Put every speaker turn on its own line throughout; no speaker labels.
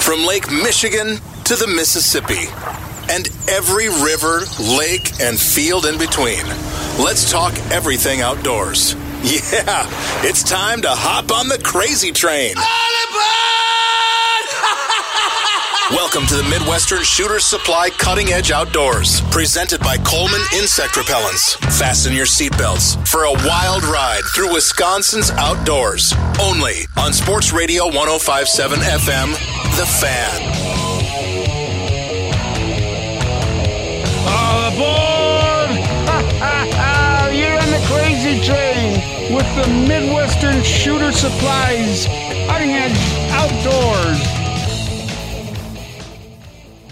From Lake Michigan to the Mississippi and every river, lake, and field in between. Let's talk everything outdoors. Yeah, it's time to hop on the crazy train. Welcome to the Midwestern Shooter Supply Cutting Edge Outdoors, presented by Coleman Insect Repellents. Fasten your seatbelts for a wild ride through Wisconsin's outdoors, only on Sports Radio 1057 FM, The Fan.
All aboard! You're on the crazy train with the Midwestern Shooter Supplies Cutting Edge Outdoors.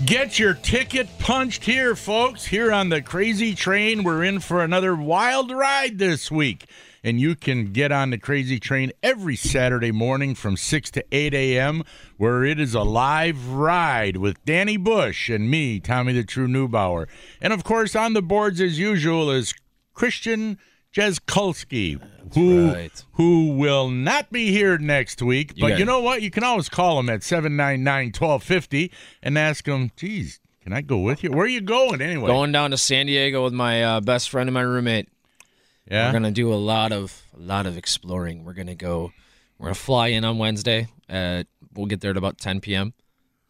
Get your ticket punched here, folks. Here on the Crazy Train, we're in for another wild ride this week. And you can get on the Crazy Train every Saturday morning from 6 to 8 a.m., where it is a live ride with Danny Bush and me, Tommy the True Newbauer. And of course, on the boards as usual is Christian Jeskulski, who,
right.
who will not be here next week. But
got
you
it.
know what? You can always call him at 799 1250 and ask him, geez, can I go with you? Where are you going anyway?
Going down to San Diego with my uh, best friend and my roommate.
yeah.
We're gonna do a lot of a lot of exploring. We're gonna go. We're gonna fly in on Wednesday. At, we'll get there at about 10 p.m.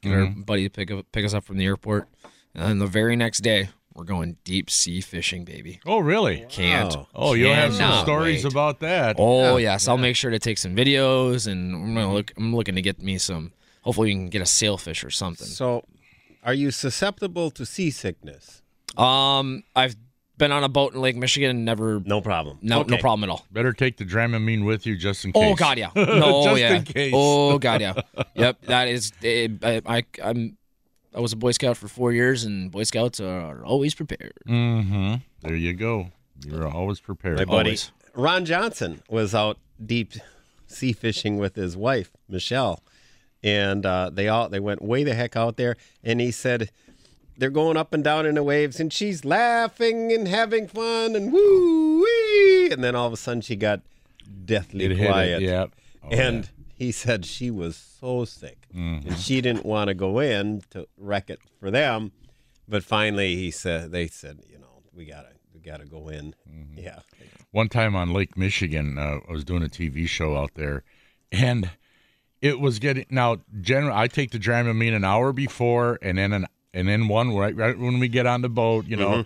Get our
Mm-hmm.
buddy to pick up, pick us up from the airport, and then the very next day we're going deep sea fishing, baby.
oh, really?
Can't.
Oh, you'll have some
cannot
stories
wait.
about that.
Oh yes, I'll make sure to take some videos, and I'm gonna look. I'm looking to get me some. Hopefully, we can get a sailfish or something.
So, are you susceptible to seasickness?
Um, I've been on a boat in Lake Michigan and never.
No problem.
No, no
Okay.
problem at all.
Better take the Dramamine with you just in case.
Oh God, yeah. No,
Just
yeah.
in case.
Oh God, yeah. Yep, that is. It, I, I, I'm. I was a Boy Scout for four years, and Boy Scouts are always prepared.
Mm-hmm. There you go. You're always prepared.
My buddy
Always.
Ron Johnson was out deep sea fishing with his wife Michelle, and uh, they all they went way the heck out there. And he said they're going up and down in the waves, and she's laughing and having fun and woo wee. And then all of a sudden she got deathly
It hit it,
quiet.
yeah. Mm-hmm. Oh,
and he said she was so sick and she didn't want to go in to wreck it for them but finally he said they said you know we gotta we gotta go in
Mm-hmm.
yeah
one time on Lake Michigan, uh, I was doing a TV show out there, and it was getting now. General, I take the Dramamine an hour before, and then an and then one right right when we get on the boat. You know,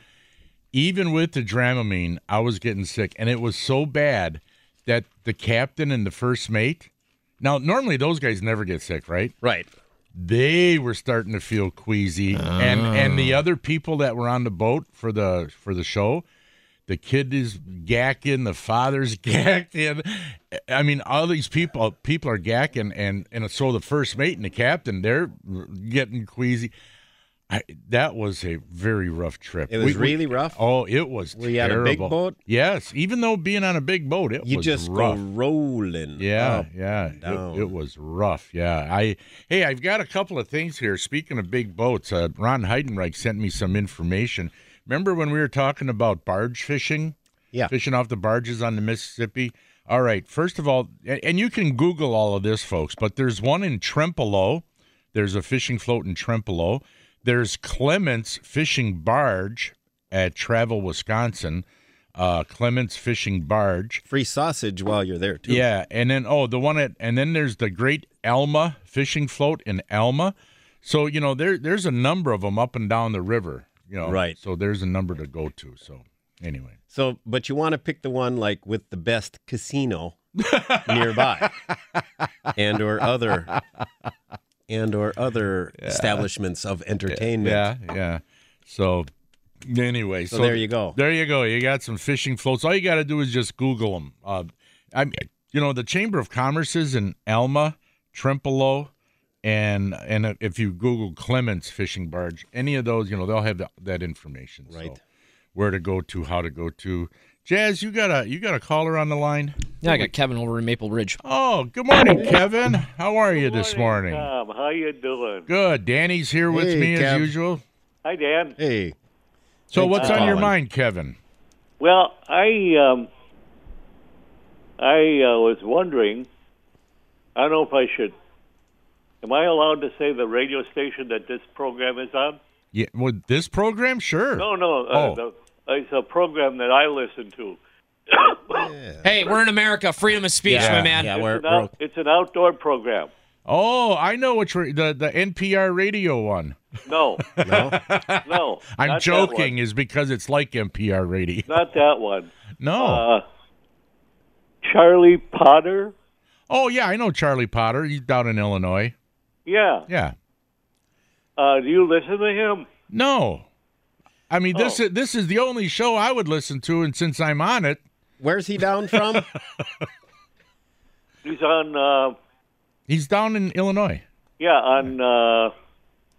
even with the Dramamine, I was getting sick, and it was so bad that the captain and the first mate. Now, normally those guys never get sick, right?
right
they were starting to feel queasy and and the other people that were on the boat for the for the show the kid is gacking the father's gacking i mean all these people people are gacking and and so the first mate and the captain they're getting queasy I, that was a very rough trip
it was really rough
oh it was
Were you on
terrible
a big boat?
yes even though being on a big boat it
you
was
just
rough.
go rolling Oh,
Yeah,
up.
yeah. It-
um, down.
It, was rough. Yeah. I hey, I've got a couple of things here. Speaking of big boats, uh, Ron Heidenreich sent me some information. Remember when we were talking about barge fishing?
Yeah.
Fishing off the barges on the Mississippi. All right. First of all, a- and you can Google all of this, folks, but there's one in Trempolo. There's a fishing float in Trempolo. There's Clements Fishing Barge at Travel, Wisconsin. Uh, Clements Fishing Barge.
free sausage while you're there too
Yeah, and then oh, the one at and then there's the Great Alma fishing float in Alma. So you know there there's a number of them up and down the river. You know,
Right.
So there's a number to go to. So anyway,
so but you want to pick the one like with the best casino nearby and or other and or other establishments of entertainment
yeah, yeah. So anyway, so,
So there you go.
There you go. You got some fishing floats. All you got to do is just Google them. Uh, I, you know, the Chamber of Commerce is in Alma, Trempolo, and and if you Google Clements fishing barge, any of those, you know, they'll have that, that information. So,
Right.
where to go to, how to go to. Jazz, you got a you got a caller on the line.
Yeah, I got Kevin over in Maple Ridge.
Oh, good morning, Kevin. How are you this morning?
Tom, how you doing?
Good. Danny's here with
Hey,
me as
Kev.
usual.
Hi, Dan.
Hey,
So,
Thanks
what's
for
on your
calling.
mind, Kevin?
Well, I um, I uh, was wondering. I don't know if I should. Am I allowed to say the radio station that this program is on?
Yeah, with this program, sure.
No, no. Uh,
Oh.
the, it's a program that I listen to.
Hey, we're in America. Freedom of speech,
Yeah.
my man.
yeah, we're,
It's an, out,
broke.
it's an outdoor program.
Oh, I know which re- the the NPR radio one.
No,
No,
no.
I'm
not that
joking,
one.
is because it's like NPR radio.
Not that one.
No.
Uh, Charlie Potter.
oh yeah, I know Charlie Potter. He's down in Illinois.
Yeah.
Yeah.
Uh, do you listen to him?
No. I mean, this
Oh.
is this is the only show I would listen to, and since I'm on it,
where's he down from?
He's on. Uh,
he's down in Illinois,
yeah, on. Uh,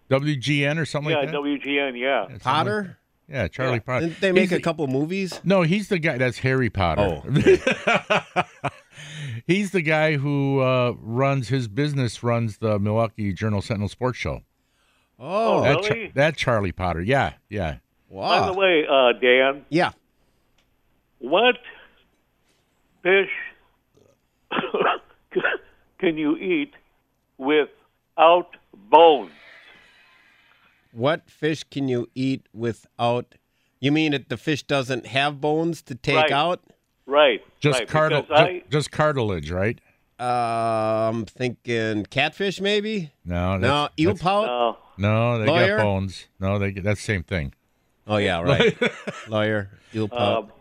WGN or something
yeah,
like that.
WGN. Yeah.
Yeah, something like-
Potter?
yeah, Charlie Potter.
Didn't they make
He's-
a couple movies?
No, he's the guy. That's Harry Potter.
Oh,
he's the guy who uh, runs his business runs the Milwaukee Journal Sentinel Sports Show.
Oh,
Oh.
That, Char-
Really?
that Charlie Potter. Yeah, yeah.
By
wow.
the way, uh, Dan,
Yeah.
what fish can you eat without bones?
What fish can you eat without? You mean that the fish doesn't have bones to take
Right.
out?
Right.
Just
right,
cartil-
because
ju-
I,
just cartilage, right?
Uh, I'm thinking catfish, maybe.
No,
No,
that's-
eel
that's-
pout.
uh,
No, they
Lawyer?
got bones. No, they get that's same thing.
oh yeah, right. Lawyer, eel
uh,
pout.
um,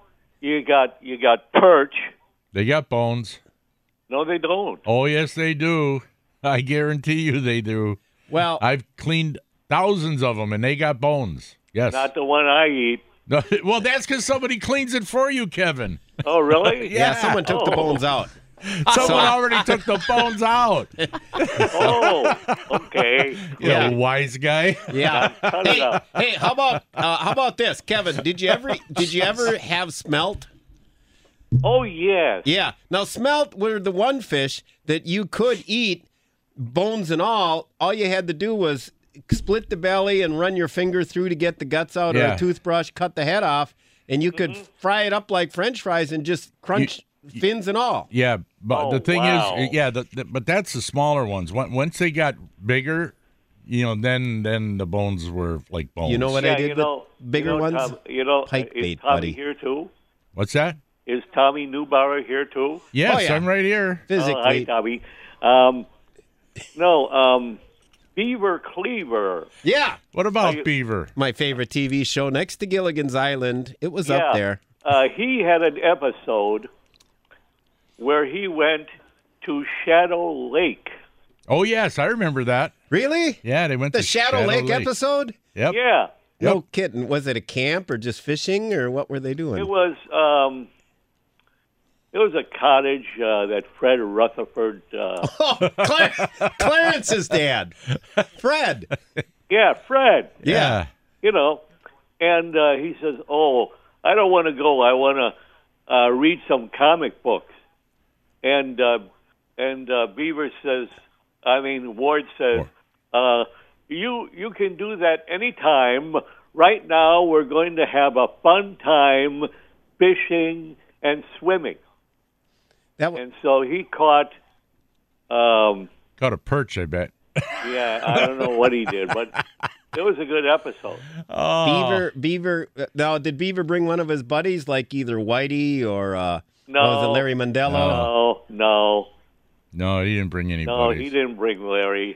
you got you got perch.
They got bones.
No, they don't.
Oh yes, they do. I guarantee you, they do.
well,
I've cleaned thousands of them, and they got bones. Yes.
Not the one I eat.
No, well, that's because somebody cleans it for you, Kevin.
Oh, really?
yeah, someone took the
Oh.
bones out.
Someone already took the bones out.
Oh, okay.
You
Yeah.
know, wise guy.
Yeah.
Cut it
hey,
out.
hey, how about uh, how about this, Kevin? Did you ever did you ever have smelt?
Oh, yes.
Yeah. Now smelt were the one fish that you could eat, bones and all. All you had to do was split the belly and run your finger through to get the guts out, or
Yeah.
a toothbrush, cut the head off, and you
Mm-hmm.
could fry it up like French fries and just crunch fins and all.
Yeah, but
Oh,
the thing
wow.
is, uh, yeah, the, the, but that's the smaller ones. Once once they got bigger, you know, then then the bones were like bones.
You know what I
Yeah,
did
you
with
know,
bigger
you know,
ones?
Tom- you know,
Pike
is
bait,
Tommy
buddy.
here too?
What's that?
Is Tommy Newbauer here too?
Yes,
Oh, yeah.
I'm right here.
Oh, hi,
Physically.
Tommy. Um, no, um, Beaver Cleaver.
yeah.
What about Beaver?
My favorite TV show next to Gilligan's Island. It was
yeah,
up there.
Uh, he had an episode where he went to Shadow Lake.
Oh yes, I remember that.
Really?
Yeah, they went
The
to
Shadow, Lake, episode?
Yep.
Yeah,
No kidding. Was it a camp or just fishing or what were they doing?
it was. Um, it was a cottage uh, that Fred Rutherford. Uh,
Oh, Clar- Clarence's dad, Fred.
yeah, Fred.
Yeah.
you know. And uh, he says, "Oh, I don't want to go. I want to uh, read some comic books." And uh, and uh, Beaver says, "I mean Ward says, uh, you you can do that anytime. Right now, we're going to have a fun time fishing and swimming."
That was,
And so he caught. Um,
Caught a perch, I bet.
yeah, I don't know what he did, but it was a good episode.
Oh.
Beaver. Beaver. uh, Now, did Beaver bring one of his buddies, like either Whitey or uh, what was it
No.
Larry Mandello?
Oh no.
No, he didn't bring any
No,
buddies.
he didn't bring Larry.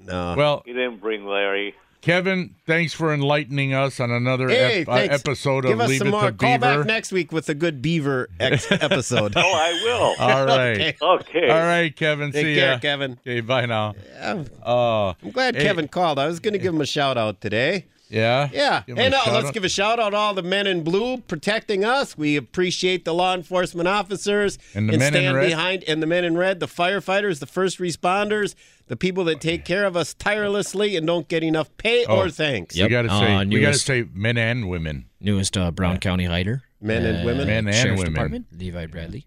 No.
Well,
He didn't bring Larry.
Kevin, thanks for enlightening us on another
Hey,
ep- uh,
thanks.
episode
Give
of
us
Leave
some
It
more.
to
Call
Beaver.
back next week with a good Beaver ex- episode.
Oh, I
All right.
Okay.
will. Okay.
All right, Kevin.
Take
see
care,
ya.
Kevin.
Okay, bye now.
I'm
Uh,
glad
Hey.
Kevin called. I was going to give him a shout out today.
Yeah.
Yeah.
Give 'em
hey,
a
no,
shout
let's
out.
give a shout out to all the men in blue protecting us. We appreciate the law enforcement officers
And the men in
stand
red.
behind and the men in red, the firefighters, the first responders, the people that take care of us tirelessly and don't get enough pay
Oh,
or thanks.
We
Yep.
got to say,
Uh,
we got to
newest-
say, men and women,
Newest uh, Brown County hider.
Men and women.
men and
Sheriff's
women. Mm.
Department, Levi Bradley.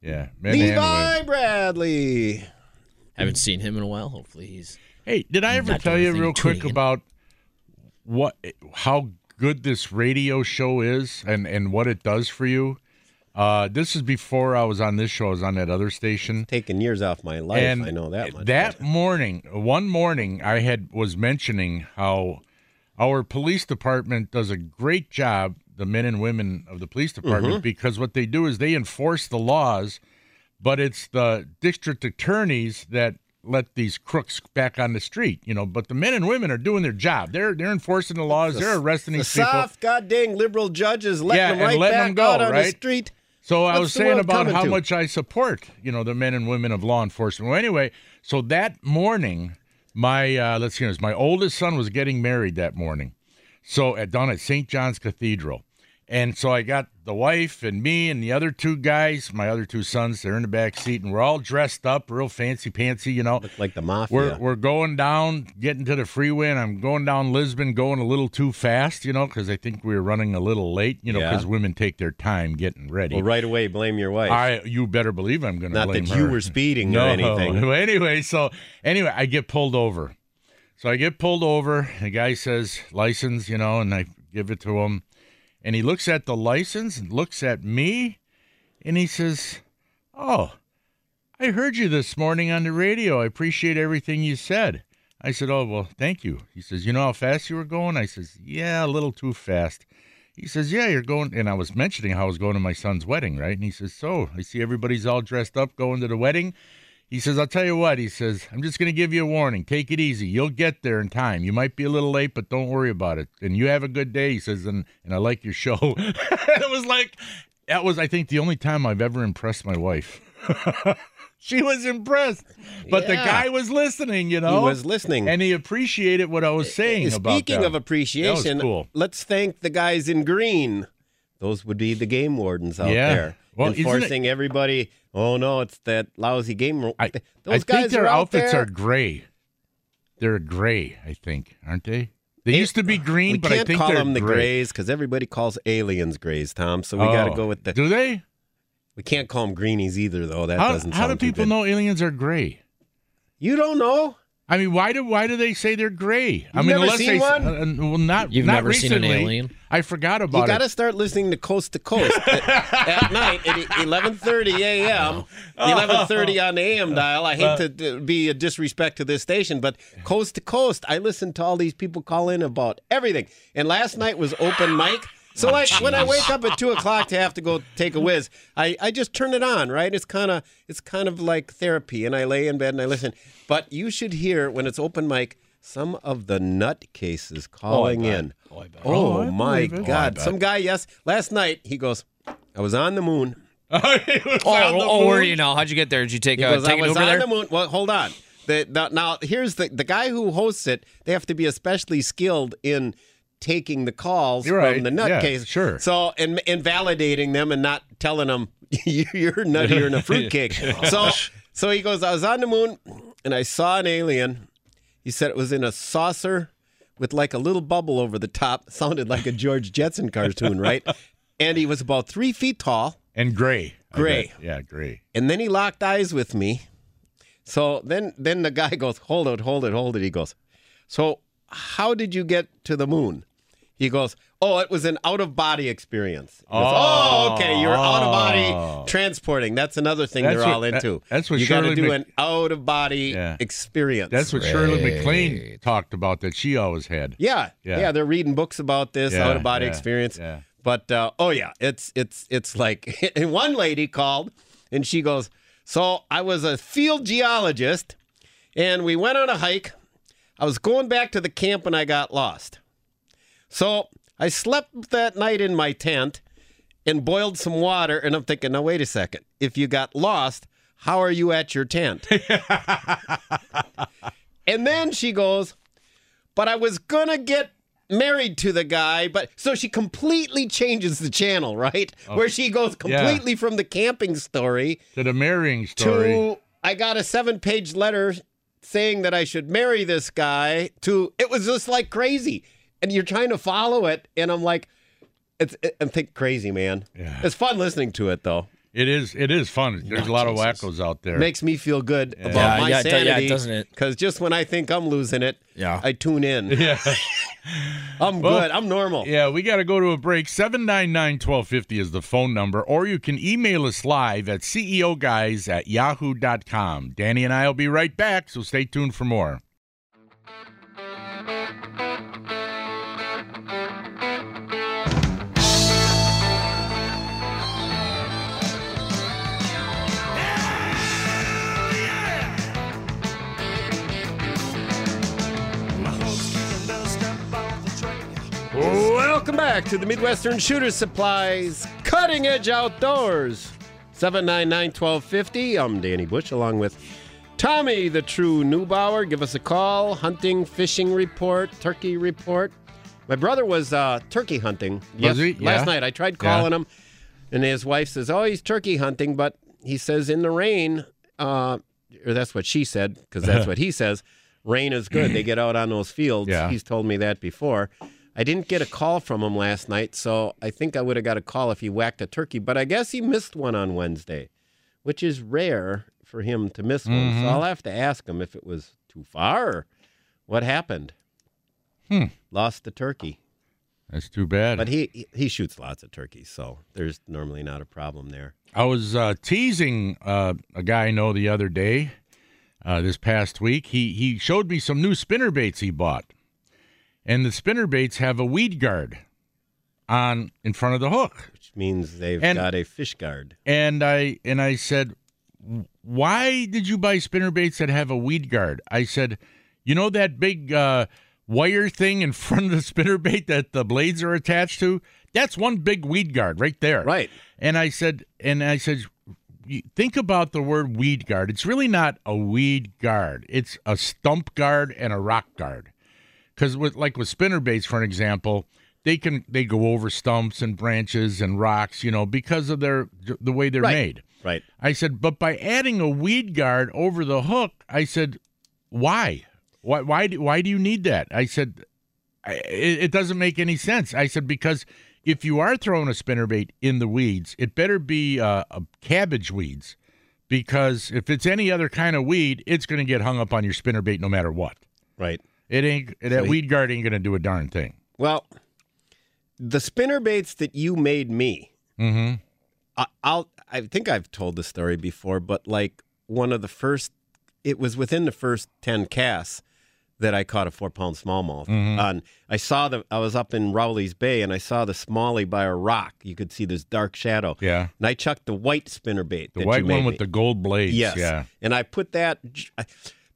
Yeah, men and women.
Levi Bradley.
Haven't seen him in a while. Hopefully he's
Hey, did I ever
Not
tell
doing
you
anything
real quick
tweaking.
about what how good this radio show is and and what it does for you? Uh, this is before I was on this show. I was on that other station.
Taking years off my life.
and
I know that much.
That morning, one morning, I had was mentioning how our police department does a great job. The men and women of the police
Mm-hmm.
department, because what they do is they enforce the laws, but it's the district attorneys that let these crooks back on the street. You know, but the men and women are doing their job. They're they're enforcing the laws. They're arresting
the
these people.
soft goddamn liberal judges letting
Yeah,
them
and
right
letting
back
them go,
out on the
right?
street.
So I
What's
was
the
saying
world
about
coming
how
to?
much I support, you know, the men and women of law enforcement. Well, anyway, so that morning, my uh, let's see, it was my oldest son was getting married that morning, so at down at St. John's Cathedral, and so I got the wife and me and the other two guys, my other two sons, they're in the back seat, and we're all dressed up, real fancy pantsy, you know.
Like the mafia.
We're, we're going down, getting to the freeway, and I'm going down Lisbon, going a little too fast, you know, because I think we were running a little late, you know,
Yeah.
because women take their time getting ready.
well, right away, blame your wife.
I you better believe I'm going to
Not
blame
that you
her.
were speeding
no.
or anything.
Well, Anyway, so anyway, I get pulled over. So I get pulled over. The guy says license, you know, and I give it to him, and he looks at the license and looks at me, and he says, "Oh, I heard you this morning on the radio. I appreciate everything you said." I said, "Oh well, thank you." He says, "You know how fast you were going?" I says, "Yeah, a little too fast." He says, Yeah, you're going. And I was mentioning how I was going to my son's wedding, right? And he says, So I see everybody's all dressed up going to the wedding. He says, I'll tell you what. He says, I'm just going to give you a warning. Take it easy. You'll get there in time. You might be a little late, but don't worry about it. And you have a good day. He says, And, and I like your show. and it was like, that was, I think, the only time I've ever impressed my wife. she was impressed, but the
Yeah.
guy was listening, you know?
He was listening.
And he appreciated what I was saying about
Eh, Speaking
that.
of appreciation,
That was cool.
let's thank the guys in green. Those would be the game wardens out
Yeah.
there
Well, isn't it-
enforcing everybody. Oh no, it's that lousy game. ro-
I,
Those
I
guys
think their
are out
outfits
there.
are gray. They're gray, I think, aren't they? They
It-
used to be green,
We
but
can't
I think
call
they're
them the
gray.
grays because everybody calls aliens grays, Tom. So we got to
Oh.
go with the.
Do they?
We can't call them greenies either, though. That
How,
doesn't.
how do
sound too
people
good.
know aliens are gray?
You don't know.
I mean, why do why do they say they're gray? I
You've
mean,
never
unless
seen
they,
one?
uh, uh, well, not
You've
not
never seen an
recently.
alien?
I forgot
You
about
got
it.
to start listening to Coast to Coast at, at night at e, 11:30 a.m.
Oh.
11:30 on the AM dial. I
Uh,
hate to d- be a disrespect to this station, but Coast to Coast, I listen to all these people call in about everything. And last night was open mic. So
Oh,
like when I wake up at two o'clock to have to go take a whiz, I, I just turn it on, right? It's kind of it's kind of like therapy, and I lay in bed and I listen. But you should hear when it's open mic some of the nutcases calling in. Oh,
Oh, I
my
believe it.
God! some guy, yes, last night he goes, I was on the moon.
It was
Oh,
on the
oh, where
moon.
do you know? How'd you get there? Did you take,
He
uh,
goes,
take
I
it
was
over
on
there?
the moon. Well, hold on. The, the, now here's the the guy who hosts it. They have to be especially skilled in taking the calls
You're
from
right.
the nut
Yeah,
case.
sure.
So and and validating them and not telling them you're nuttier than a fruitcake. so so he goes. I was on the moon and I saw an alien. He said it was in a saucer with like a little bubble over the top. Sounded like a George Jetson cartoon, right? And he was about three feet tall.
And gray. I
Gray.
bet. Yeah, gray.
And then he locked eyes with me. So then then the guy goes, "Hold it, hold it, hold it." He goes, "So how did you get to the moon?" He goes, "Oh, it was an out of body experience." He goes, oh, okay, you're out of body transporting. That's another thing
That's
they're
what-
all into.
that- that's what
you got to
Shirley
do
Mc-
an out of body
Yeah.
experience.
That's what Shirley MacLaine talked about that she always had.
Yeah,
Yeah.
yeah, they're reading books about this
Yeah,
out of body
yeah,
experience.
yeah.
But uh, oh yeah, it's it's it's like and one lady called and she goes, "So I was a field geologist, and we went on a hike. I was going back to the camp and I got lost. So I slept that night in my tent and boiled some water. And I'm thinking, now wait a second, if you got lost, how are you at your tent?" and then she goes, "But I was gonna get married to the guy, but so she completely changes the channel, right? Where she goes completely from the camping story
to the marrying story.
to I got a seven page letter saying that I should marry this guy to it was just like crazy. And you're trying to follow it, and I'm like, it's it, I think crazy, man.
Yeah.
It's fun listening to it though.
It is. It is fun. There's a lot of wackos out there.
Makes me feel good
Yeah,
about my
yeah, it do- yeah, it
sanity,
doesn't it?
Because just when I think I'm losing it,
Yeah.
I tune in.
Oh. yeah,
I'm
Well,
good. I'm normal.
yeah. We got to go to a break. 799-1250 is the phone number, or you can email us live at ceoguys at yahoo.com. Danny and I will be right back, so stay tuned for more.
Welcome back to the Midwestern Shooter Supplies Cutting Edge Outdoors. 799 1250. I'm Danny Bush along with Tommy, the true Neubauer. Give us a call. Hunting, fishing report, turkey report. My brother was uh, turkey hunting
Was he? Yeah.
last night. I tried calling him, and his wife says, Oh, he's turkey hunting, but he says in the rain, uh, or that's what she said, because that's what he says. Rain is good. They get out on those fields.
Yeah.
He's told me that before. I didn't get a call from him last night, so I think I would have got a call if he whacked a turkey, but I guess he missed one on Wednesday, which is rare for him to miss one.
Mm-hmm.
So I'll have to ask him if it was too far or what happened.
Hmm.
Lost the turkey.
That's too bad.
But he he- he shoots lots of turkeys, so there's normally not a problem there.
I was uh, teasing uh, a guy I know the other day, uh, this past week. He he showed me some new spinner baits he bought, and the spinner baits have a weed guard on in front of the hook.
Which means they've
And-
got a fish guard.
And I and I said, "Why did you buy spinner baits that have a weed guard?" I said, "You know that big uh, wire thing in front of the spinner bait that the blades are attached to? That's one big weed guard right there."
Right.
And I said, and I said, "You- think about the word weed guard. It's really not a weed guard. It's a stump guard and a rock guard. Because with like with spinner baits, for an example, they can they go over stumps and branches and rocks, you know, because of their the way they're
Right.
made.
Right.
I said, but by adding a weed guard over the hook, I said, why? Why? Why? Do, why do you need that? I said, I, it, it doesn't make any sense. I said because if you are throwing a spinnerbait in the weeds, it better be uh, uh, cabbage weeds, because if it's any other kind of weed, it's going to get hung up on your spinnerbait no matter what.
Right.
It ain't that
he-
weed guard ain't going to do a darn thing.
Well, the spinner baits that you made me,
Mm-hmm.
I, I'll I think I've told the story before, but like one of the first, it was within the first ten casts that I caught a four pound smallmouth.
Mm-hmm.
On I saw the I was up in Rowley's Bay and I saw the smallie by a rock. You could see this dark shadow.
Yeah.
And I chucked the white spinner bait.
The
that
white
you made
one with
me.
the gold blades.
Yes.
Yeah.
And I put that,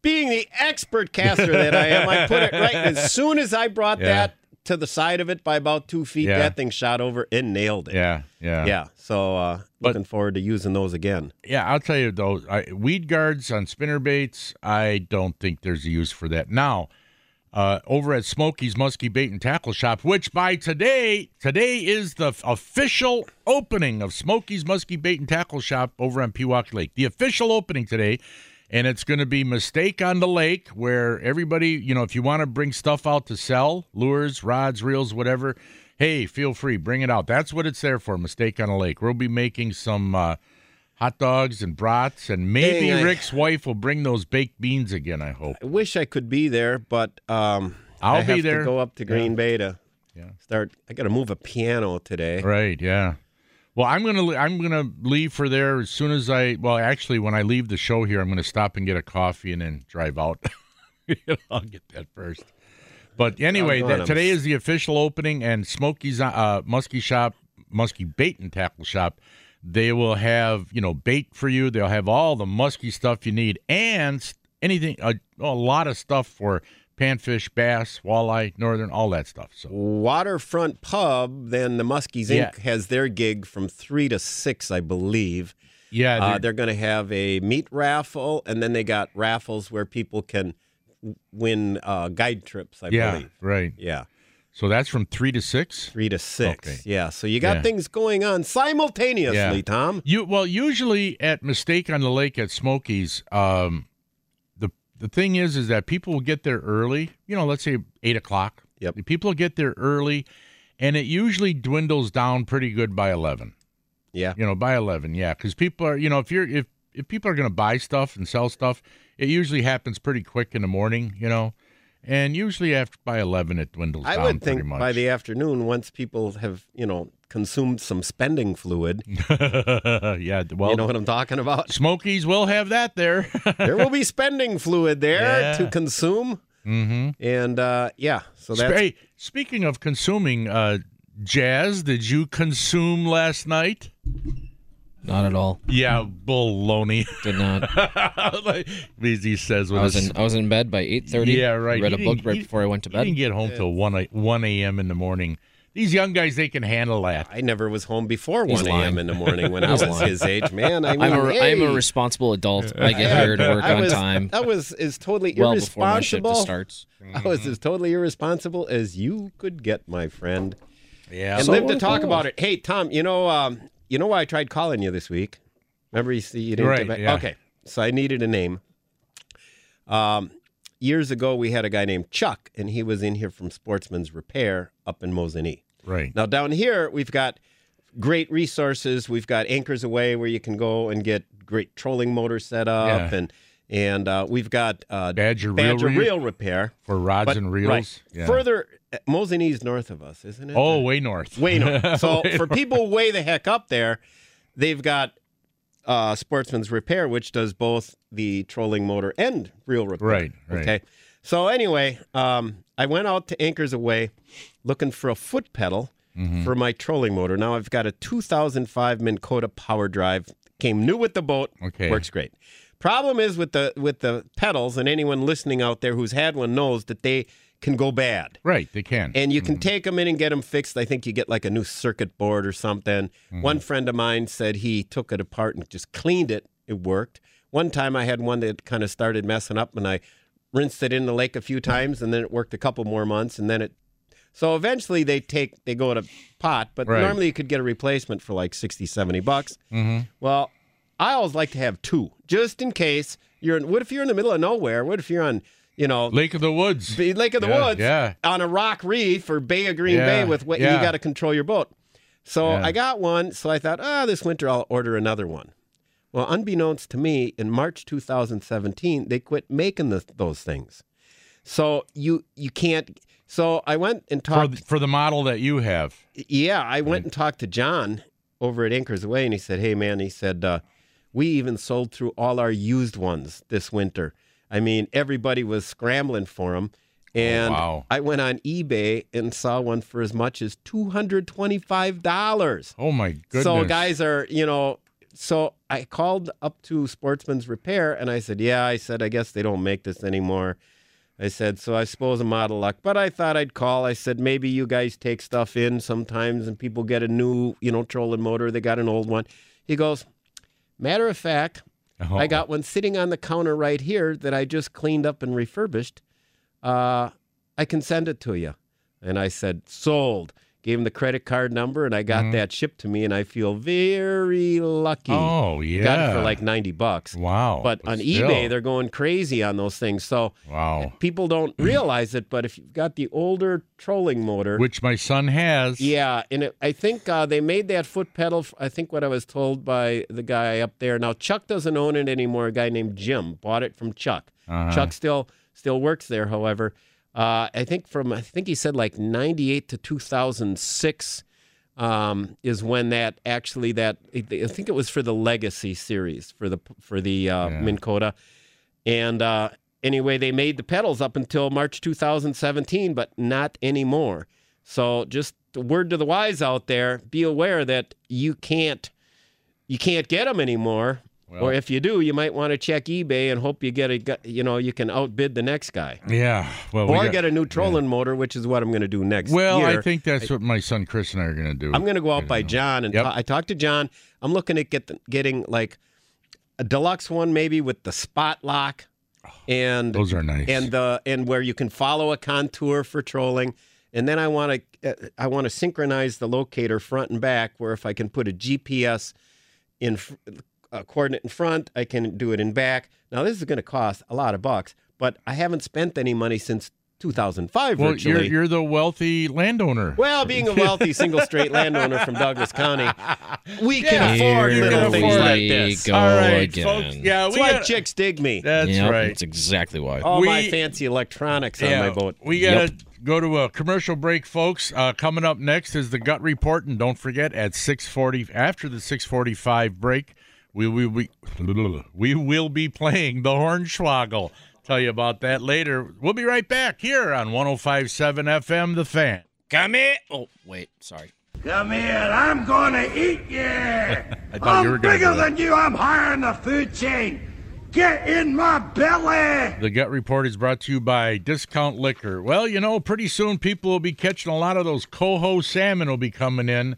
being the expert caster that I am, I put it right. As soon as I brought
Yeah.
that to the side of it by about two feet,
Yeah.
that thing shot over and nailed it.
Yeah. Yeah.
Yeah. So uh,
But-
looking forward to using those again.
Yeah, I'll tell you though, I, weed guards on spinner baits, I don't think there's a use for that. Now, uh, over at Smokey's Muskie Bait and Tackle Shop, which by today, today is the f- official opening of Smokey's Muskie Bait and Tackle Shop over on Pewaukee Lake. The official opening today, and it's going to be Mistake on the Lake, where everybody, you know, if you want to bring stuff out to sell, lures, rods, reels, whatever, hey, feel free, bring it out. That's what it's there for, Mistake on the Lake. We'll be making some. Uh, hot dogs and brats, and maybe
Dang, I-
Rick's wife will bring those baked beans again. I hope.
I wish I could be there, but um,
I'll
I
be
have
there.
to go up to Green Bay to
Yeah.
start. I got to move a piano today.
Right? Yeah. Well, I'm gonna le- I'm gonna leave for there as soon as I. Well, actually, when I leave the show here, I'm gonna stop and get a coffee and then drive out. I'll get that first. But anyway,
going,
that,
I'm-
today is the official opening, and Smokey's uh, Muskie Shop, Muskie Bait and Tackle Shop, they will have you know bait for you. They'll have all the muskie stuff you need, and s- anything a, a lot of stuff for panfish, bass, walleye, northern, all that stuff. So
Waterfront Pub, then the Muskies
Yeah.
Inc. has their gig from 3 to 6, I believe.
yeah,
Uh,
they're-
they're going to have a meat raffle, and then they got raffles where people can w- win uh, guide trips. I
yeah,
believe.
right.
Yeah.
So that's from three to six.
three to six.
Okay.
Yeah, so you got
Yeah.
things going on simultaneously,
Yeah.
Tom.
You well, usually at Mistake on the Lake at Smokies, um, the the thing is, is that people will get there early. You know, let's say eight o'clock.
Yep.
People will get there early, and it usually dwindles down pretty good by eleven.
Yeah.
You know, by eleven, yeah, because people are, you know, if you're if if people are going to buy stuff and sell stuff, it usually happens pretty quick in the morning. You know. And usually after by eleven it dwindles
I
down
would
pretty
think
much.
by the afternoon, once people have, you know, consumed some spending fluid,
yeah, well,
you know what I'm talking about?
Smokies will have that there.
there will be spending fluid there
Yeah.
to consume. Mm-hmm. And uh, yeah,
Sp-
so that's
hey, speaking of consuming, uh, Jazz, did you consume last night?
Not at all.
Yeah, baloney.
Did not.
like Beezy says with
I was
a s-
in I was in bed by eight thirty.
Yeah, right.
Read
You
a book
didn't-
right
you-
before I went to
You didn't
bed.
get home till one a- one a.m. in the morning. These young guys, they can handle that.
I never was home before
He's
1
lying.
a.m. in the morning when I was
He's lying.
his age, man. I mean,
I'm a I'm a
hey.
responsible adult. I get here to work
I
on
was-
time.
That was is totally
Well before my shift
irresponsible.
starts.
I was as totally irresponsible as you could get, my friend.
Yeah,
And live to talk about it. Hey, Tom, you know, um, you know why I tried calling you this week? Remember you see you didn't
Right,
get back?
yeah.
Okay, so I needed a name. Um, years ago, we had a guy named Chuck, and he was in here from Sportsman's Repair up in Mosinee.
right.
Now down here we've got great resources. We've got Anchors Away where you can go and get great trolling motor set up,
Yeah.
and and uh, we've got uh,
Badger Reel
Badger
Re-
Reel Repair
For rods
but-
and reels.
right.
Yeah.
Further, Mosenee's north of us, isn't it? Uh,
oh, way north.
way north. So
Way
for
north.
people way the heck up there, they've got uh, Sportsman's Repair, which does both the trolling motor and reel repair.
Right, right.
Okay. So anyway, um, I went out to Anchors Away looking for a foot pedal
Mm-hmm.
for my trolling motor. Now I've got a 2005 Minn Kota Power Drive. Came new with the boat.
Okay.
Works great. Problem is with the with the pedals, and anyone listening out there who's had one knows that they can go bad
right, they can. Mm-hmm.
and you can take them in and get them fixed. I think you get like a new circuit board or something.
Mm-hmm.
One friend of mine said he took it apart and just cleaned it. It worked. One time I had one that kind of started messing up, and I rinsed it in the lake a few times, and then it worked a couple more months, and then it. So eventually they take they go to pot, but
Right. Mm-hmm.
normally you could get a replacement for like 60, 70 bucks. Well, I always like to have two, just in case you're. In, what if you're in the middle of nowhere? What if you're on, you know,
Lake of the Woods.
Be- Lake of the
Yeah,
Woods
yeah.
on a rock reef or Bay of Green
Yeah,
Bay with what
yeah.
you got to control your boat. So
Yeah.
I got one. So I thought, ah, this winter I'll order another one. Well, unbeknownst to me, in March 2017, they quit making the, those things. So you you can't. So I went and
For,
talked.
th- for the model that you have.
Yeah, I went and talked to John over at Anchors Away, and he said, "Hey, man," he said, uh, "we even sold through all our used ones this winter. I mean, everybody was scrambling for them." And
wow.
I went on eBay and saw one for as much as two hundred twenty-five dollars.
Oh, my goodness.
So guys are, you know, so I called up to Sportsman's Repair and I said, "Yeah," I said, "I guess they don't make this anymore." I said, "So I suppose I'm out of luck, but I thought I'd call." I said, "Maybe you guys take stuff in sometimes and people get a new, you know, trolling motor, they got an old one." He goes, "Matter of fact,
Oh.
I got one sitting on the counter right here that I just cleaned up and refurbished. Uh, I can send it to you. And I said, sold. Gave him the credit card number and I got
Mm-hmm.
that shipped to me and I feel very lucky.
Oh, yeah.
Got it for like 90 bucks.
Wow.
But on
still. Oh.
eBay, they're going crazy on those things. So
Wow.
people don't realize it, but if you've got the older trolling motor,
Which my son has.
yeah, and it, I think uh, they made that foot pedal. f- I think what I was told by the guy up there. Now Chuck doesn't own it anymore. A guy named Jim bought it from Chuck.
Uh-huh.
Chuck still still works there, however. Uh, I think from I think he said like '98 to 2006 um, is when that actually that I think it was for the Legacy series for the for the uh, Minn Kota. And uh, anyway, they made the pedals up until March 2017, but not anymore. So just a word to the wise out there: be aware that you can't you can't get them anymore. or if you do, you might want to check eBay and hope you get a gu- you know you can outbid the next guy.
Yeah. Well, we
Or
got-
get a new trolling motor, which is what I'm going to do next
Well,
year.
I think that's what my son Chris and I are going to do.
I'm going to go out by John and
Yep.
ta- I talked to John. I'm looking at get getting like a deluxe one, maybe with the spot lock, and
Oh, Those are nice.
and the and where you can follow a contour for trolling, And then I want to uh, I want to synchronize the locator front and back. Where if I can put a GPS in fr- uh, coordinate in front, I can do it in back. Now this is going to cost a lot of bucks, but I haven't spent any money since 2005
Well,
virtually.
you're, you're the wealthy landowner.
Well, being a wealthy single straight landowner from Douglas County, we
Yeah.
can afford
Here
little
we
things like
go
this.
All right,
again.
folks. Yeah,
That's
we
why
got,
chicks dig me.
That's
Yep,
right.
That's exactly why.
All
we-
my fancy electronics on my boat.
We got to go to a commercial break, folks. Uh, coming up next is the gut report, and don't forget at 6:40 after the 6:45 break, we we we, we will be playing the Hornswoggle. Tell you about that later. We'll be right back here on 105.7 FM, The Fan.
Come here. Oh, wait. Sorry.
Come here, I'm gonna eat you.
I thought
I'm
you were gonna
bigger
do that.
than you. I'm higher in the food chain. Get in my belly.
The Gut Report is brought to you by Discount Liquor. Well, you know, pretty soon people will be catching a lot of those coho salmon will be coming in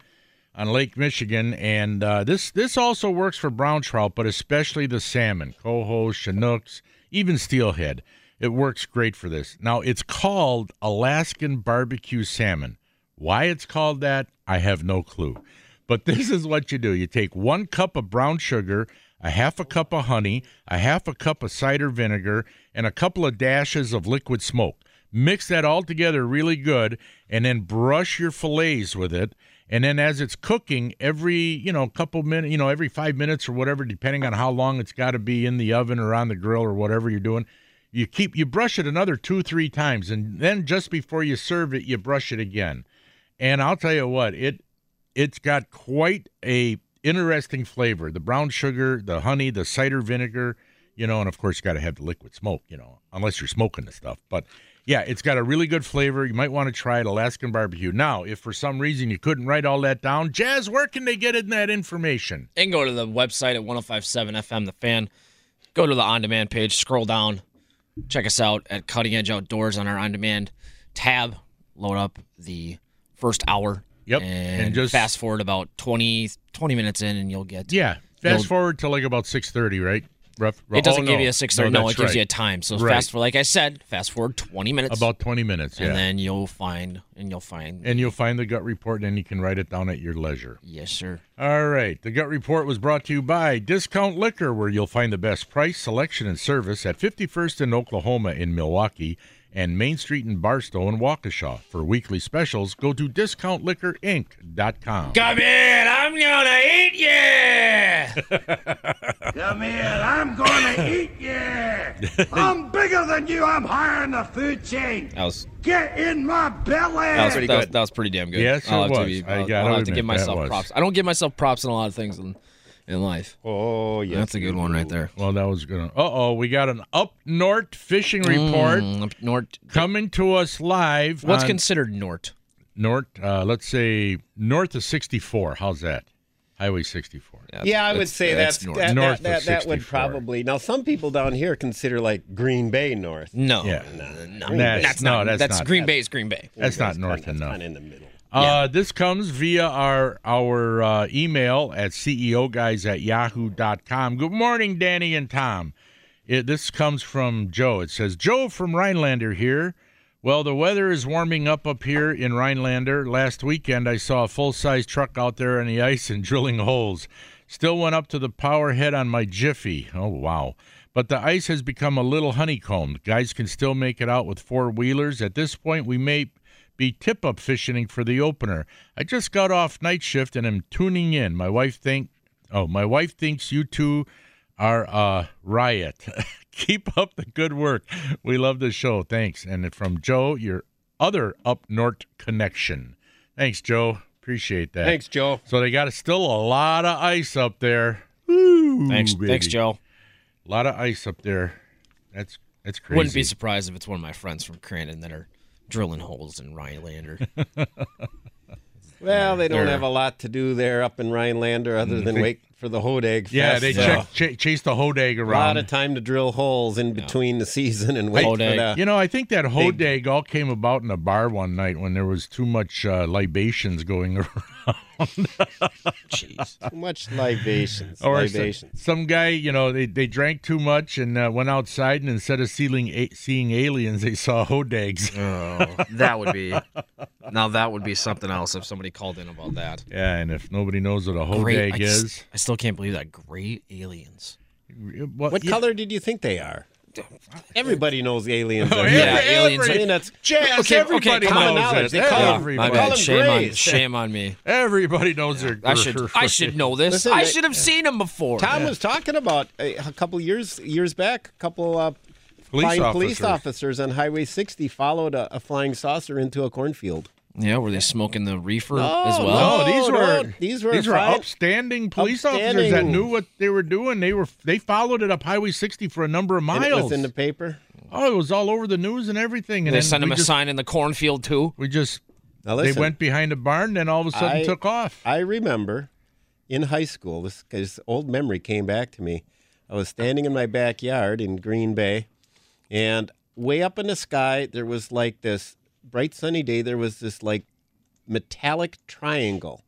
on Lake Michigan, and uh, this this also works for brown trout, but especially the salmon, coho, chinooks, even steelhead. It works great for this. Now it's called Alaskan barbecue salmon. Why it's called that, I have no clue. But this is what you do you take one cup of brown sugar, a half a cup of honey, a half a cup of cider vinegar, and a couple of dashes of liquid smoke. Mix that all together really good, and then brush your fillets with it. And then as it's cooking, every you know couple minutes, you know every five minutes or whatever, depending on how long it's got to be in the oven or on the grill or whatever you're doing, you keep you brush it another two three times, and then just before you serve it, you brush it again. And I'll tell you what, it it's got quite a interesting flavor. The brown sugar, the honey, the cider vinegar, you know, and of course you got to have the liquid smoke, you know, unless you're smoking the stuff. But yeah, it's got a really good flavor. You might want to try it Alaskan barbecue. Now, if for some reason you couldn't write all that down, Jazz, where can they get in that information?
And go to the website at 1057 FM, the fan. Go to the on demand page, scroll down, check us out at Cutting Edge Outdoors on our on demand tab. Load up the first hour.
Yep,
And,
and just-
just fast forward about 20, 20 minutes in, and you'll get.
Yeah, fast
You'll-
forward to like about 6:30, right? Rough, rough-
It doesn't
oh,
give
no.
you a six thirty. No,
that's
it gives
right.
you a time. So
Right.
fast forward, like I said, fast forward twenty minutes,
about 20 minutes, yeah.
and then you'll find, and you'll find.
and you'll find the gut report and you can write it down at your leisure.
yes, sir.
All right. The Gut Report was brought to you by Discount Liquor, where you'll find the best price, selection, and service at 51st and Oklahoma in Milwaukee and Main Street in Barstow and Waukesha. For weekly specials, go to discountliquorinc.com.
Come in, I'm gonna eat you.
Come here, I'm gonna eat you. I'm bigger than you. I'm higher in the food chain.
That was
Get in my
that was
belly.
pretty that, Was, that was pretty damn good.
Yes, it
I'll have
was.
To be,
I
I'll,
gotta
I'll have to
admit,
give
that
myself
was.
props. I don't give myself props in a lot of things in, in life.
Oh, yes.
That's a good one right there.
Well, that was good. Uh oh, we got an up north fishing report
Mm, up Nort.
coming to us live.
What's
on
considered Nort?
north? Uh, let's say north of 64. How's that? Highway 64.
Yeah, I would
that's-
say
that's
that's,
north.
that,
North of
that, that, that would
64.
probably. Now, some people down here consider like Green Bay north.
No,
Yeah.
no,
Green Bay.
that's
No,
not.
that's
that's
not.
Green Bay. Is Green Bay.
That's not
That's
north
kinda-
enough.
That's kind of in the middle.
Uh, this comes via our our uh, email at CEO guys at yahoo.com. Good morning, Danny and Tom. It, this comes from Joe. It says, Joe from Rhinelander here. Well, the weather is warming up up here in Rhinelander. Last weekend, I saw a full size truck out there on the ice and drilling holes. Still went up to the power head on my Jiffy. Oh, wow. But the ice has become a little honeycombed. Guys can still make it out with four wheelers. At this point, we may be tip up fishing for the opener. I just got off night shift and am tuning in. My wife think oh, my wife thinks you two are a riot. Keep up the good work. We love the show. Thanks. And from Joe, your other up north connection. Thanks, Joe. Appreciate that.
Thanks, Joe.
So they got still a lot of ice up there. Woo,
Thanks,
baby.
thanks, Joe.
A lot of ice up there. That's that's crazy.
Wouldn't be surprised if it's one of my friends from Crandon that are drilling holes in Rhinelander.
Well, they don't have a lot to do there up in Rhinelander other than wake for the Hodag.
Mm-hmm. Yeah,
Fest,
they
so
check, cha- chase the hodag
A lot
around.
of time to drill holes in between the season and wait for
Hodag.
the.
you know, I think that
uh, Big-
hodag all came about in a bar one night when there was too much uh, libations going around.
Too much libations.
s- some,
libations.
guy, you know, they, they drank too much and uh, went outside, and instead of seeing, a- seeing aliens, they saw hodags.
Oh, that would be now that would be something else if somebody called in about that.
Yeah, and if nobody knows what a hodag
I, just-
is,
I still can't believe that. Great aliens.
what,
What
yeah,
color did you think they are? Everybody knows aliens.
Oh,
are
yeah,
gray.
aliens.
I mean, that's
Yes, everybody knows
common knowledge.
it.
They call
Yeah.
them,
Everybody.
they
My
call
bad.
them
Shame on,
grays.
shame on me.
Everybody knows their.
I should I should know this.
Listen,
I
I-
should have seen him before.
Tom was talking about a, a couple years years back. A couple uh,
Police
flying
officers.
police officers on Highway 60 followed a, a flying saucer into a cornfield.
yeah, were they smoking the reefer as
No,
well?
No, these
Oh,
were
no, these were fine-
upstanding police officers
upstanding.
that knew what they were doing. They were they followed it up Highway 60 for a number of
And
miles.
it was in the paper.
oh, it was all over the news and everything. And
They
then
sent him
we
a
just,
sign in the cornfield too.
We just
Now
they
listen,
went behind a barn, then all of a sudden
I-
took off.
I remember in high school, this, this old memory came back to me. I was standing in my backyard in Green Bay, and way up in the sky, there was like this bright sunny day, there was this like metallic triangle.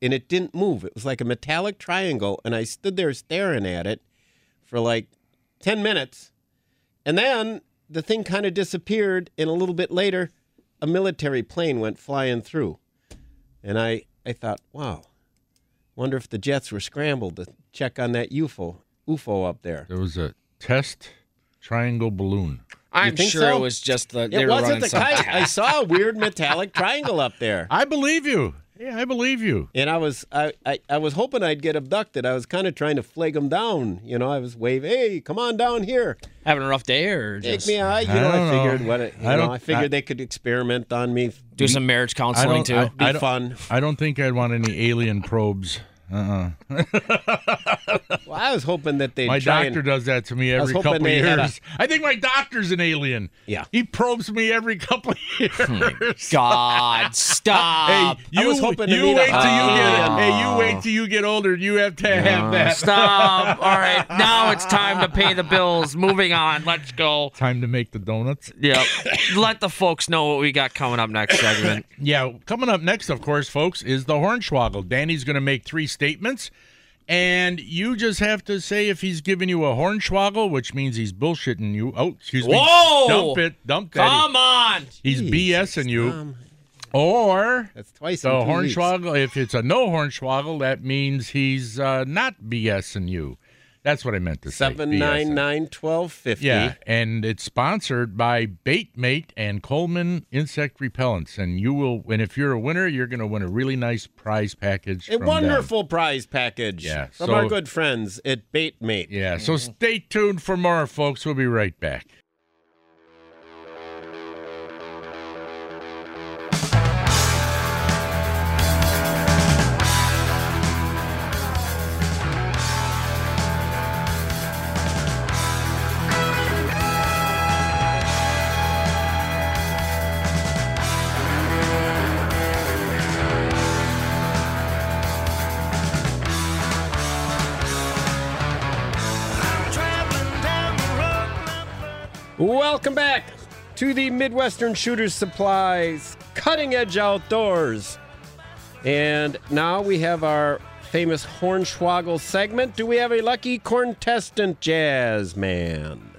And it didn't move. It was like a metallic triangle, and I stood there staring at it for like 10 minutes. And then the thing kind of disappeared, and a little bit later, a military plane went flying through. And I, I thought, wow, wonder if the jets were scrambled to check on that UFO UFO up there.
there was a test triangle balloon.
I'm
think
sure
so?
it was just the they
It
were running
wasn't the
some
kite. I
test.
saw a weird metallic triangle up there.
I believe you. Yeah, I believe you.
And I was I, I, I was hoping I'd get abducted. I was kind of trying to flag them down. You know, I was waving, hey, come on down here,
having a rough day or
take
just
me out. You
I
know,
don't
I
know.
figured what it, you
I
know,
don't-
I figured
I-
they could experiment on me,
do some marriage counseling
don't-
too.
I-
be
don't-
fun.
I don't think I'd want any alien probes. Uh-uh.
Well, I was hoping that they'd
My
try
doctor
and-
does that to me
was
every
hoping
couple
they had a-
years. I think my doctor's an alien.
Yeah. Hmm.
He probes me every couple years.
God, stop.
Hey, you,
was hoping to
you
meet a
wait till you get
Oh.
hey, you wait till you get older. You have to have that.
Stop. All right. Now it's time to pay the bills. Moving on. Let's go.
Time to make the donuts.
Yep. Let the folks know what we got coming up next segment.
Yeah, coming up next, of course, folks, is the Hornswoggle. Danny's going to make three statements, and you just have to say if he's giving you a Hornswoggle, which means he's bullshitting you. Oh, excuse me.
Whoa!
Dump it. Dump that.
Come on.
He's
Jesus,
BSing you.
Tom.
Or
That's twice.
the
in two weeks.
Hornswoggle, if it's a no Hornswoggle, that means he's uh, not BSing you. That's what I meant to say.
Seven nine
BSing.
nine twelve fifty.
Yeah, and it's sponsored by Baitmate and Coleman Insect Repellents, and you will. And if you're a winner, you're going to win a really nice prize package.
A
from them.
wonderful prize package
Yeah,
from
so-
our good friends at Baitmate.
Yeah. So stay tuned for more, folks. We'll be right back.
Welcome back to the Midwestern Shooters Supplies Cutting Edge Outdoors. And now we have our famous Hornswoggle segment. Do we have a lucky contestant, Jazz Man?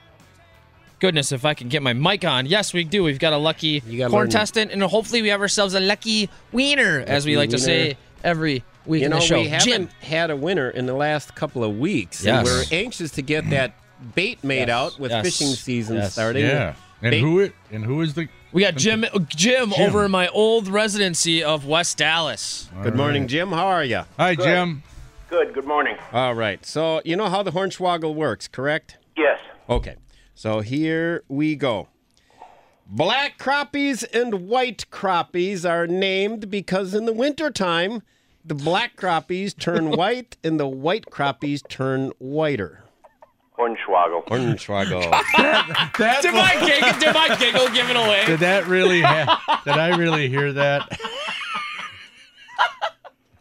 Goodness, if I can get my mic on. Yes, we do. We've got a lucky
You gotta learn-
contestant, and hopefully we have ourselves a lucky wiener, as we
Lucky
like to say
wiener.
every week
You
in
know,
the show.
we haven't
Jim.
had a winner in the last couple of weeks.
Yes.
and we're anxious to get that bait made out with
Yes.
fishing season
Yes.
starting.
Yeah. And
Bait-
who? i- And who is the?
We got Jim, Jim over in my old residency of West Dallas.
Good morning, Jim. How are you?
Hi, Jim.
Good. Good morning.
All right. So you know how the hornswoggle works, correct?
Yes.
Okay. So here we go. Black crappies and white crappies are named because in the wintertime, the black crappies turn white and the white crappies turn whiter. uh,
Hornswoggle.
Hornswoggle.
That-
Did my giggle, did my giggle give it away?
did that really? Ha- did I really hear that?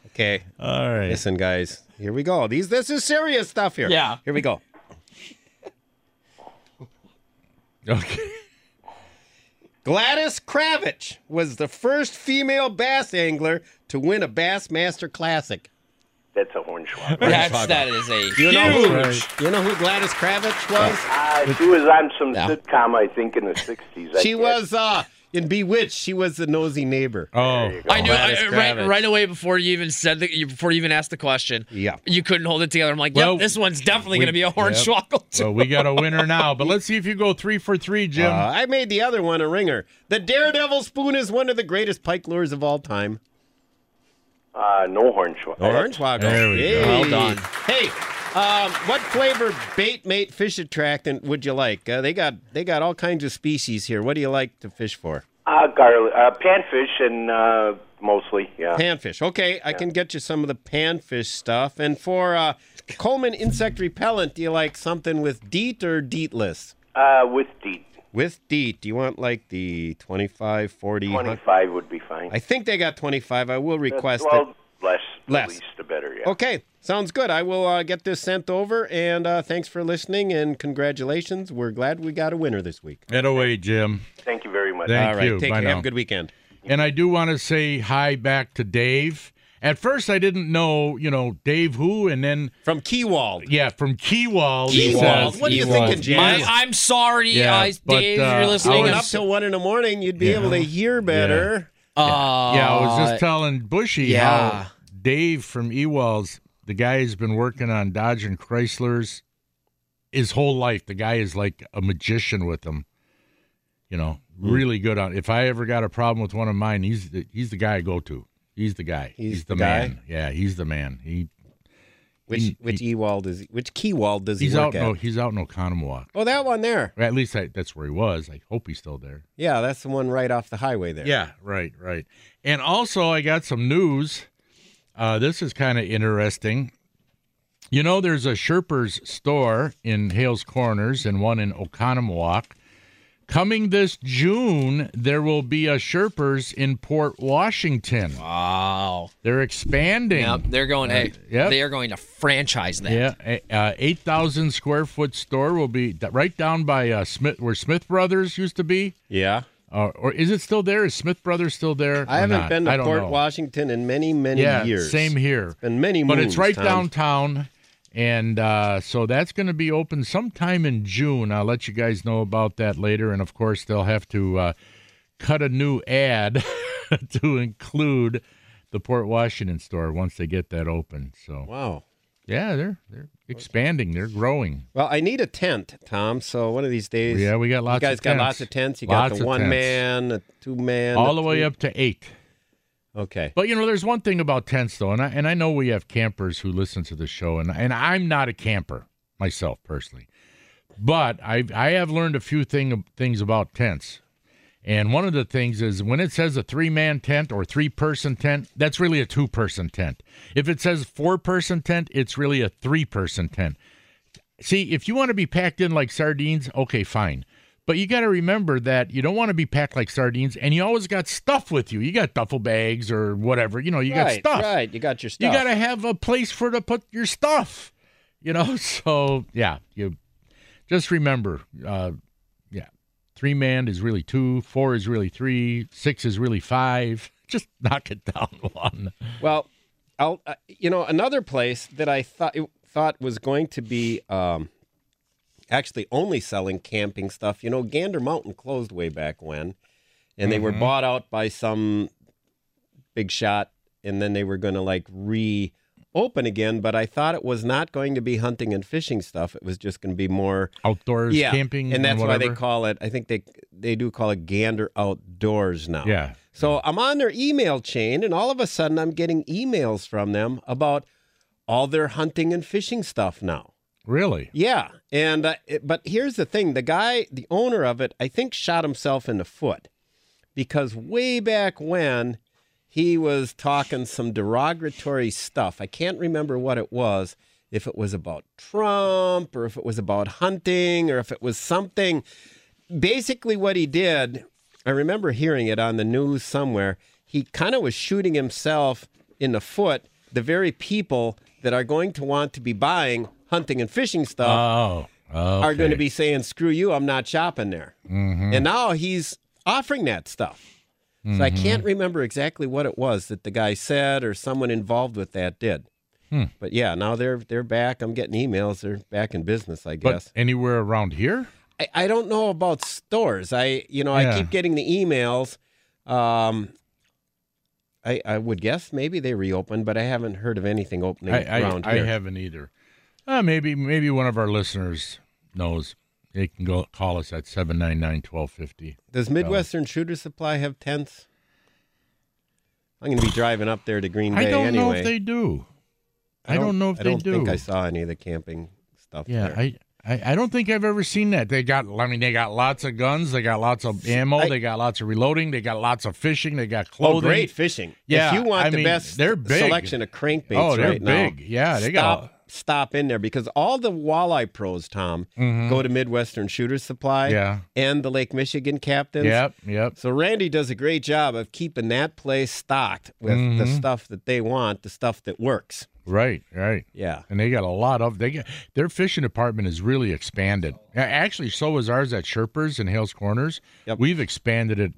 Okay.
All right.
Listen, guys, here we go. These this is serious stuff here.
Yeah.
Here we go.
Okay.
Gladys Kravitz was the first female bass angler to win a Bassmaster Classic.
That's a hornswoggle.
That's, that is a
You
huge.
know who? You know who Gladys Kravitz was?
Uh, she was on some
No.
sitcom, I think, in the 60s. I
She
guess.
was uh, in Bewitched. She was the nosy neighbor.
Oh,
I knew
Gladys
I, right
Kravitz.
right away before you even said the, you, before you even asked the question.
Yeah.
you couldn't hold it together. I'm like, yep,
Well,
this one's definitely going to be a
yep.
hornswoggle. too.
well, we got a winner now, but let's see if you go three for three, Jim.
Uh, I made the other one a ringer. The Daredevil spoon is one of the greatest pike lures of all time.
Uh, no hornswoggle.
Orange
There we go.
Well done.
Hey, um, what flavor bait mate fish attractant would you like? Uh, they got they got all kinds of species here. What do you like to fish for?
Uh, garlic, uh, panfish and uh, mostly, yeah.
Panfish. Okay, I can get you some of the panfish stuff. And for uh, Coleman insect repellent, do you like something with DEET or DEETless?
Uh, with deep.
With DEET, do you want like the 25, 40?
25 would be fine.
I think they got 25. I will request it.
well, less.
Less.
The least, the better, yeah.
Okay, sounds good. I will uh, get this sent over, and uh, thanks for listening, and congratulations. We're glad we got a winner this week.
Head away, Jim.
Thank you very much.
Thank
All right,
you.
take
Bye
care.
now.
Have a good weekend.
And I do want to say hi back to Dave. At first, I didn't know, you know, Dave who, and then
From Keywald.
yeah, from Keywall. he
Keywald?
says-
What are you
Keywall.
thinking, Jim?
I, I'm sorry,
Yeah,
uh,
but,
Dave.
uh,
if you're listening.
Going
I
I'm
up
was-
so-
till one in the morning, you'd be
Yeah.
able to hear better.
uh,
Yeah, I was just telling Bushy
yeah.
how Dave from Ewalls, the guy who's been working on Dodge and Chrysler's his whole life. The guy is like a magician with them. You know,
Hmm.
really good on. If I ever got a problem with one of mine, he's the, he's the guy I go to. He's the guy.
He's the guy?
man. Yeah, he's the man. He
Which which Ewald is? Which Keywald does he
Mm. he's out.
work at?
No, he's out in Oconomowoc.
Oh, that one there.
Or at least I, that's where he was. I hope he's still there.
Yeah, that's the one right off the highway there.
Yeah, right, right. And also, I got some news. Uh, this is kind of interesting. You know, there's a Sherper's store in Hales Corners and one in Oconomowoc. Coming this June, there will be a Sherper's in Port Washington.
wow.
They're expanding.
Yep, they're going. hey,
Uh, yep.
they are going to franchise that.
Yeah, a- uh, eight thousand square foot store will be d- right down by uh, Smith, where Smith Brothers used to be.
Yeah.
Uh, or is it still there? Is Smith Brothers still there?
I
or
haven't
not?
been to
I don't
Port
know.
Washington in many, many
yeah,
years.
Same here.
Been many
but
moons,
it's right
Tom.
downtown. And uh, so that's going to be open sometime in June. I'll let you guys know about that later. And of course, they'll have to uh, cut a new ad to include the Port Washington store once they get that open. So
Wow.
yeah, they're they're expanding. They're growing.
Well, I need a tent, Tom. So one of these days.
Yeah, we got lots.
you guys
of
got
tents.
lots of tents. You
Lots
got the
of
one
tents.
man, the two man,
all the
three-
way up to eight.
Okay.
But you know, there's one thing about tents though, and I and I know we have campers who listen to the show, and and I'm not a camper myself personally, but I I have learned a few thing things about tents, and one of the things is when it says a three man tent or three person tent, that's really a two person tent. If it says four person tent, it's really a three person tent. See, if you want to be packed in like sardines, okay, fine. But you got to remember that you don't want to be packed like sardines, and you always got stuff with you. You got duffel bags or whatever. You know, you
right,
got stuff.
Right. You got your stuff.
You got to have a place for to put your stuff. You know, so yeah, you just remember, uh, yeah, three man is really two, four is really three, six is really five. Just knock it down one.
Well, I'll, uh, you know, another place that I thought thought was going to be um, actually only selling camping stuff. You know, Gander Mountain closed way back when, and they were
Mm-hmm.
bought out by some big shot, and then they were going to like reopen again but i thought it was not going to be hunting and fishing stuff it was just going to be more
Outdoors
yeah
camping,
and that's why they
whatever.
call it i think they they do call it gander outdoors now
Yeah,
so I'm on their email chain, and all of a sudden I'm getting emails from them about all their hunting and fishing stuff now.
really.
Yeah, and uh, it- but here's the thing: the guy, the owner of it, I think shot himself in the foot because way back when he was talking some derogatory stuff. I can't remember what it was. If it was about Trump, or if it was about hunting, or if it was something basically what he did, I remember hearing it on the news somewhere. He kind of was shooting himself in the foot the very people that are going to want to be buying hunting and fishing stuff
Oh,
are going to
okay. Mm-hmm.
be saying, "Screw you, I'm not shopping there." And now he's offering that stuff. So
Mm-hmm.
I can't remember exactly what it was that the guy said or someone involved with that did.
Hmm.
But yeah, now they're they're back. I'm getting emails. They're back in business, I
But
guess.
anywhere around here?
I, I don't know about stores. I you know
Yeah.
I keep getting the emails. Um, I I would guess maybe they reopened, but I haven't heard of anything opening
I, I,
around
I
here.
haven't either. Uh, maybe maybe one of our listeners knows. They can go call us at 799-1250.
Does Midwestern Shooter Supply have tents? I'm going to be driving up there to Green Bay
I don't
anyway.
know if they do. I don't, know if
I
they
don't
do.
think I saw any of the camping stuff.
yeah,
there.
I, I I don't think I've ever seen that. They got I mean they got lots of guns, they got lots of ammo,
I-
they got lots of reloading, they got lots of fishing, they got clothing.
Oh, great fishing!
Yeah,
if you want
I
the
mean,
best
they're big.
selection of crankbaits
Oh, they're
right now,
big. Yeah, they got-
stop, stop in there because all the walleye pros, Tom, go to Midwestern Shooter Supply.
Mm-hmm. Yeah.
and the Lake Michigan captains.
Yep, yep.
So Randy does a great job of keeping that place stocked with the
Mm-hmm.
stuff that they want, the stuff that works.
Right, right.
Yeah.
And they got a lot of they got their fishing department is really expanded. A- Actually, so is ours at Sherpers and Hales Corners.
Yep.
We've expanded it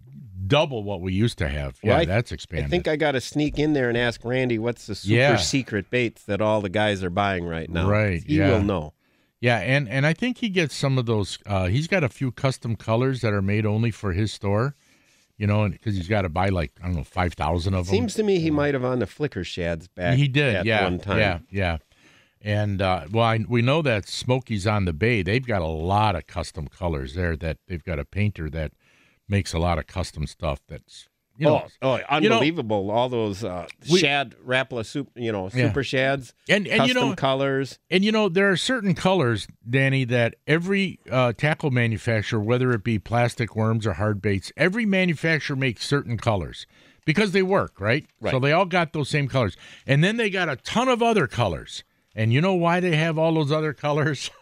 double what we used to have. Yeah,
Well, I-
that's expanded.
I think I got to sneak in there and ask Randy what's the super
Yeah.
secret baits that all the guys are buying right now.
Right,
He
yeah.
will know.
yeah, and and I think he gets some of those. Uh, he's got a few custom colors that are made only for his store. You know, because he's got to buy like I don't know five thousand of them.
Seems to me he might have on the flicker shads back.
he did.
at
yeah,
one time.
yeah, yeah. And uh, well, I, we know that Smokies on the Bay. They've got a lot of custom colors there. That they've got a painter that makes a lot of custom stuff. That's you know,
oh, oh,
you know-
unbelievable! all those uh, shad Rapala soup, you know,
Yeah.
super shads,
And- and
custom
you know-
colors.
And you know, there are certain colors, Danny, that every uh, tackle manufacturer, whether it be plastic worms or hard baits, every manufacturer makes certain colors because they work, right?
Right.
So they all got those same colors. And then they got a ton of other colors. And you know why they have all those other colors?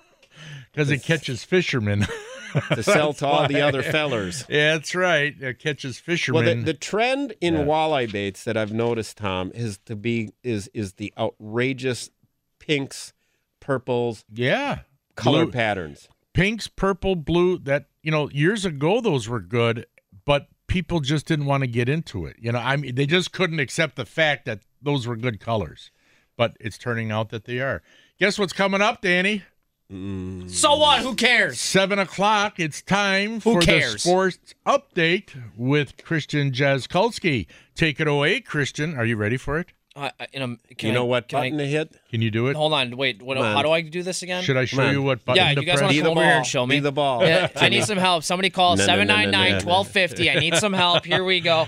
Because it catches fishermen.
to sell to all the other fellers.
yeah, that's right. It catches
Well,
fishermen.
the, the trend in walleye baits that I've noticed, Tom, is to be is is the outrageous pinks, purples,
yeah.
color
Blue-
patterns.
pinks, purple, blue. That you know, years ago those were good, but people just didn't want to get into it. You know, I mean, they just couldn't accept the fact that those were good colors. But it's turning out that they are. Guess what's coming up, Danny?
So what? Who cares?
Seven o'clock. It's time for the
cares?
sports update with Christian Jaskulski. Take it away, Christian. Are you ready for it?
I, I, in a, can
you
I-
know what
can I-
button to hit?
Can you do it?
hold on. Wait. What,
on.
how do I do this again?
Should I show
on.
you what button
yeah,
to
you guys
press?
want
Be
to
the
come over here
ball.
and show me?
Be the ball.
Yeah, I need some help. Somebody call
No, no, no, no, no, no.
799-1250. I need some help. Here we go.